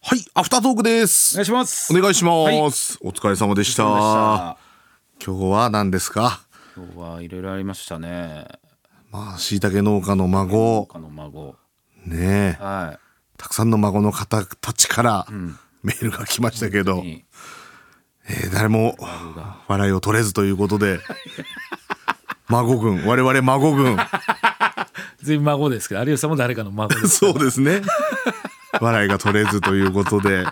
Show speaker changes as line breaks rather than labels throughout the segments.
はい、アフタートークで
お
す。
願いします
お願いします。
はい
お疲れ様でした。
お疲
今日は何ですか。
れ様でした今日はいろいろありましたね
まあ、椎茸農家の孫、
他の孫
ねえ、
は
たくさんの孫の方たちから。メールが来ましたけど
い、に
えー誰も笑いを取れずということで。孫軍、我々孫軍、
全員孫ですけど有吉さんも誰かの孫です
そうですね。笑いが取れずということで。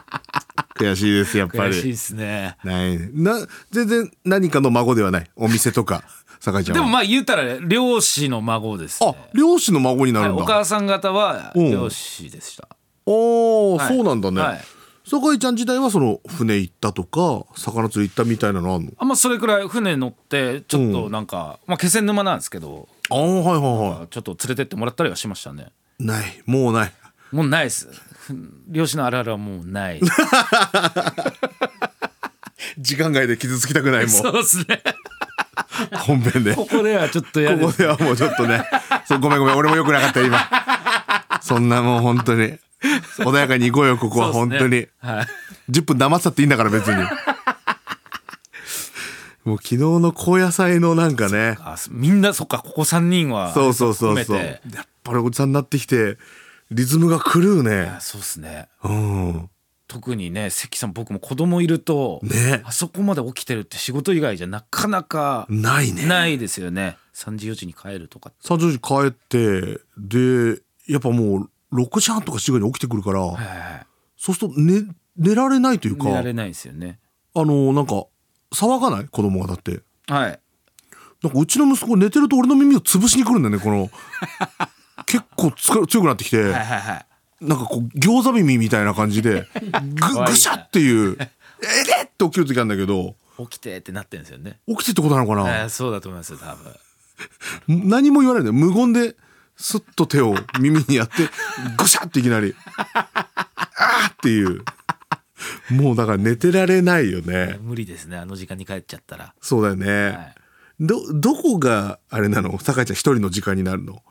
悔しいです、やっぱ
悔しいで
り。
すね
ない、な、全然何かの孫ではない、お店とか。酒井ちゃん
で
は
もまあ言うたら漁師の孫です、
あ
ね、、
漁師の孫にな
は
る
い
んだ。
お母さん方は
うん
漁師でした、
おお、
はい
そうなんだね。
はい
酒井ちゃん自体はその船行ったとか魚釣り行ったみたいなのあんの
あんまそれくらい船乗ってちょっとなんか、まあ気仙沼なんですけど
ああはいはいは
ちょっと連れてってもらったりはしましたね
いないもうない
もうないですふん漁師のあるあるはもうない
時間外で傷つきたくないも
そうですね
う本編でこ
ここではちょっとや
こ
です
ではもうちょっとねそうごめんごめん俺もよくなかった今そんなもう本当に穏やかに行こうよここは
そ
本
うですね
当に、
はい
10分黙ってたっていいんだから別 にもう昨日の高野菜のなんかね
あすみんなそっかここ3人は
そうそうそうそう。
含
や
めて
っぱりおじさんになってきて、リズムが狂うね
あ。そうですね
うん。
特にね関さん僕も子供いると、
ね
あそこまで起きてるって仕事以外じゃなかなか
ないね。
ないですよね3時4時に帰るとか
三十時帰って、で、やっぱもう六時半とか七時ぐらいに起きてくるから、
はいはい
そうすると寝寝られないというか、
寝ら
あ
れないですよね
のなんか騒がない子供がだって。
はい
なんかうちの息子寝てると俺の耳を潰しに来るんだよねこ の。結構つか強くなってきて、
はいはいはい
なんかこう餃子耳みたいな感じで、ぐぐしゃって いう、えれって起きる時あるんだけど、
起きてってなってるんですよね
起きてってことなのかな。
あそうだと思いますよ多分
何も言われない無言でスッと手を耳にやってぐしゃっていきな り「あーっていうもうだから寝てられないよね
無理ですねあの時間に帰っちゃったら
そうだよね、
はい
どどこがあれなの酒井ちゃん一人の時間になるの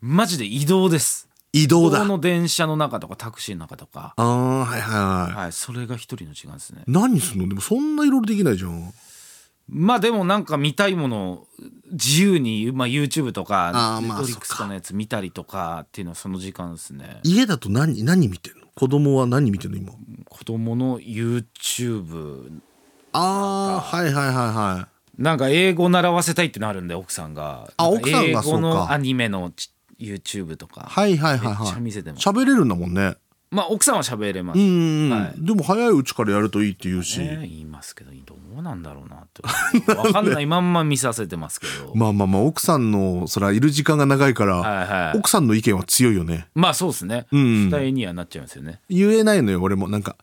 マジで移動です
移動だ
移の電車の中とかタクシーの中とか
あーはいはい、はい、
はいそれが一人の時間ですね
何すんのでもそんないろいろできないじゃん
まあでもなんか見たいものを自由に、まあ、YouTube とか
あー
Netflix
まあ
とかのやつ見たりとかっていうのはその時間ですね
家だと何何見てんの子供は何見てんの今
子供の YouTube
あーはいはいはいはい
なんか英語習わせたいってなるんで奥さんが
あ
なんか
奥さん
英
がそうか
語のアニメのち YouTube とか、
はいはいはい
めっち
は
ゃ
い
見せてます
喋れるんだもんね
まあ奥さんは喋れます、
う
ね、
ん、
はい
でも早いうちからやるといいって言うし、
言いますけどどうなんだろうなって分かんないまんま見させてますけど、
まあまあまあ奥さんのそれはいる時間が長いから、
はいはい
奥さんの意見は強いよね
まあそうですね
うん
期待にはなっちゃいますよね
言えないのよ俺もなんか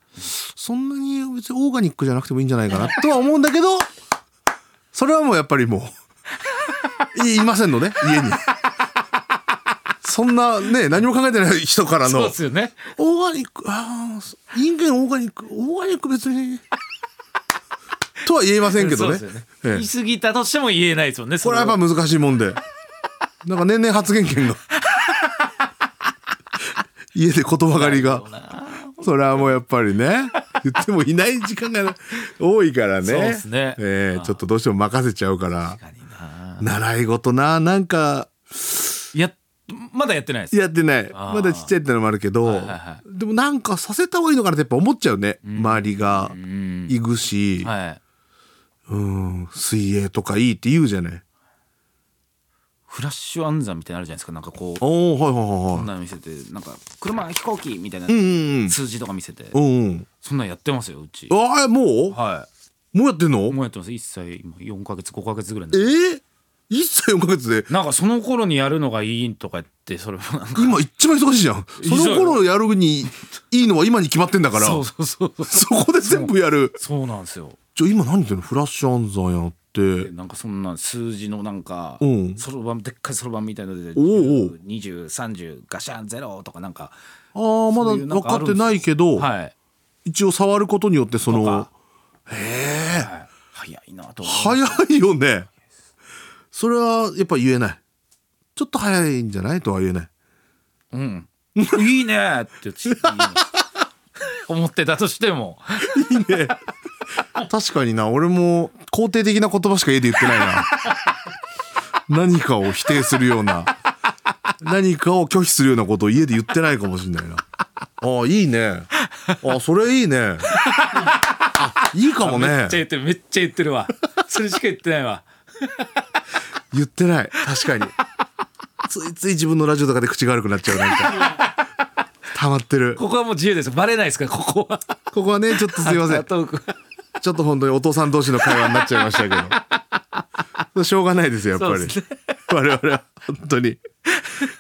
そんなに別にオーガニックじゃなくてもいいんじゃないかなとは思うんだけどそれはもうやっぱりもういいませんのね家にそんなね何も考えてない人から
そう
の
ですよね
オーガニックああ人間オーガニックオーガニック別にとは言えませんけどね
そうですよ
ええ
言い過ぎたとしても言えないですもんね。
これはやっぱ難しいもんでなんか年々発言権が家で言葉狩りがそれはもうやっぱりね言ってもいない時間が多いからね
そうですね
ええちょっとどうしても任せちゃうから
それは。
習い事ななんか
いや、まだやってないです。
やってない
あー
まだちっちゃいってのもあるけど、
いはいは
でもなんかさせた方がいいのかなってやっぱ思っちゃうね、周りが
うん。
行くし、
はい。
うん水泳とかいいって言うじゃない。
フラッシュ暗算みたいなのあるじゃないですか。なんかこう、こ
おーはいはいはい
ん
はい。
なの見せて、なんか車、飛行機みたいな
うんうん
数字とか見せて、
うんうんうん。
そんなんやってますよ、うち。
ああもう
は
もうやってんの
い。もうやってます。一歳、今4ヶ月、5ヶ月ぐらい
え
に。
ー、1歳4ヶ月で
なんかその頃にやるのがいいとか言って、それもなんか。
今一番忙しいじゃんその頃やるにいいのは今に決まってんだから
そう
そ
そうそう。
こで全部やる
そうなんですよ。
じゃあ今何言ってんのフラッシュ暗算やって
なんかそんな数字のなんか
うん
そろばんでっかいそろばんみたいなので
おうおう
2030ガシャンゼロとかなんか
ああまだ
そういうなん
分
か
か
あ
っ
るん
て
ですよ
ないけど、
はい
一応触ることによってそ
と
の
か
へえ
はい早いなと思う
早いよねそれはやっぱ言えないちょっと早いんじゃないとは言えない
うん、いいねって言っていいね思ってたとしても
いい ね。確かにな、俺も肯定的な言葉しか家で言ってない な。何かを否定するような、何かを拒否するようなことを家で言ってないかもしれないな。ああ、いいね。ああ、それいいね。あ、いいかも
め
ね
っちゃ。言ってるめっちゃ言ってるわそれしか言ってないわ
言ってない。確かに。ついつい自分のラジオとかで口が悪くなっちゃうなんか。溜まってる。
ここはもう自由ですバレないですからここは
ここはね、ちょっとすいません。
トーク
ちょっと本当にお父さん同士の会話になっちゃいましたけ ど。しょうがないですよ、やっぱり。
そうです
我々は、本当に。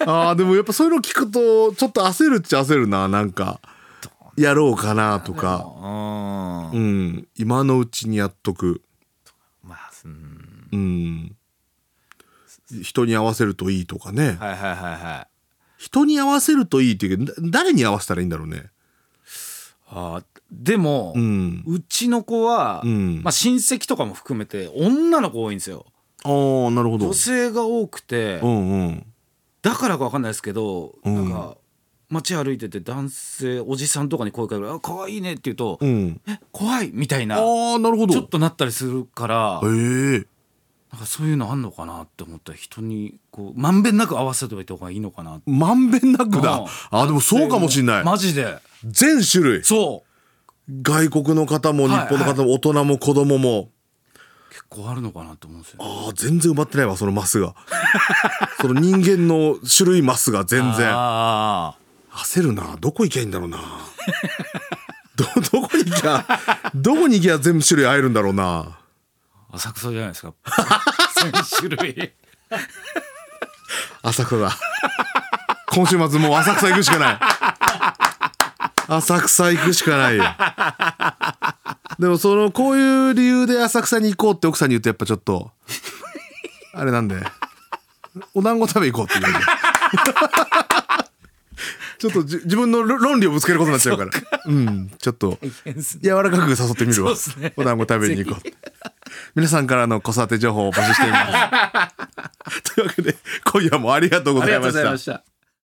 ああ、でもやっぱそういうの聞くと、ちょっと焦るっちゃ焦るな、なんか。やろうかなとか。
うん
うん。今のうちにやっとく。
まあうん
うん。人に合わせるといいとかね。
はいはいはいはい
人に合わせるといいっていうけど、だ誰に合わせたらいいんだろうね。
あーでも、
う。
うんちの子は、
うん
まあ、親戚とかも含めて女の子多いんですよ
ああ、なるほど
女。性が多くて、
うんうん。
だからか分かんないですけど、
うん
なんか街歩いてて男性おじさんとかに声かけるあ可愛いね」って言うと「
うん。
え怖い」みたいな
ああ、なるほど。
ちょっとなったりするから
ええ
なんかそういうのあんのかなって思ったら人にこうまんべんなく合わせておいた方がいいのかなって
まんべんなくだ
うん。
あ、でもそうかもしんない。
マジで
全種類。
そう
外国の方も日本の
はい
方も大人も子供も。
結構あるのかなと思うんですよね
ああ、全然埋まってないわ、そのマス が。その人間の種類マスが全然。
あ
焦るな。どこ行きゃいいんだろうな。ど、 どこ行きゃ、どこに行きゃ全部種類会えるんだろうな。
ー浅草じゃな いですか全種類
浅草だ。今週末もう浅草行くしかない。浅草行くしかないよ。でもそのこういう理由で浅草に行こうって奥さんに言うとやっぱちょっとあれなんでお団子食べ行こうって言うんでちょっとじ自分の論論理をぶつけることになっちゃうからうんちょっと柔らかく誘ってみるわ、
そうっすね
お団子食べに行こう皆さんからの子 育て情報を募集していますというわけで今夜もありがとうございました
た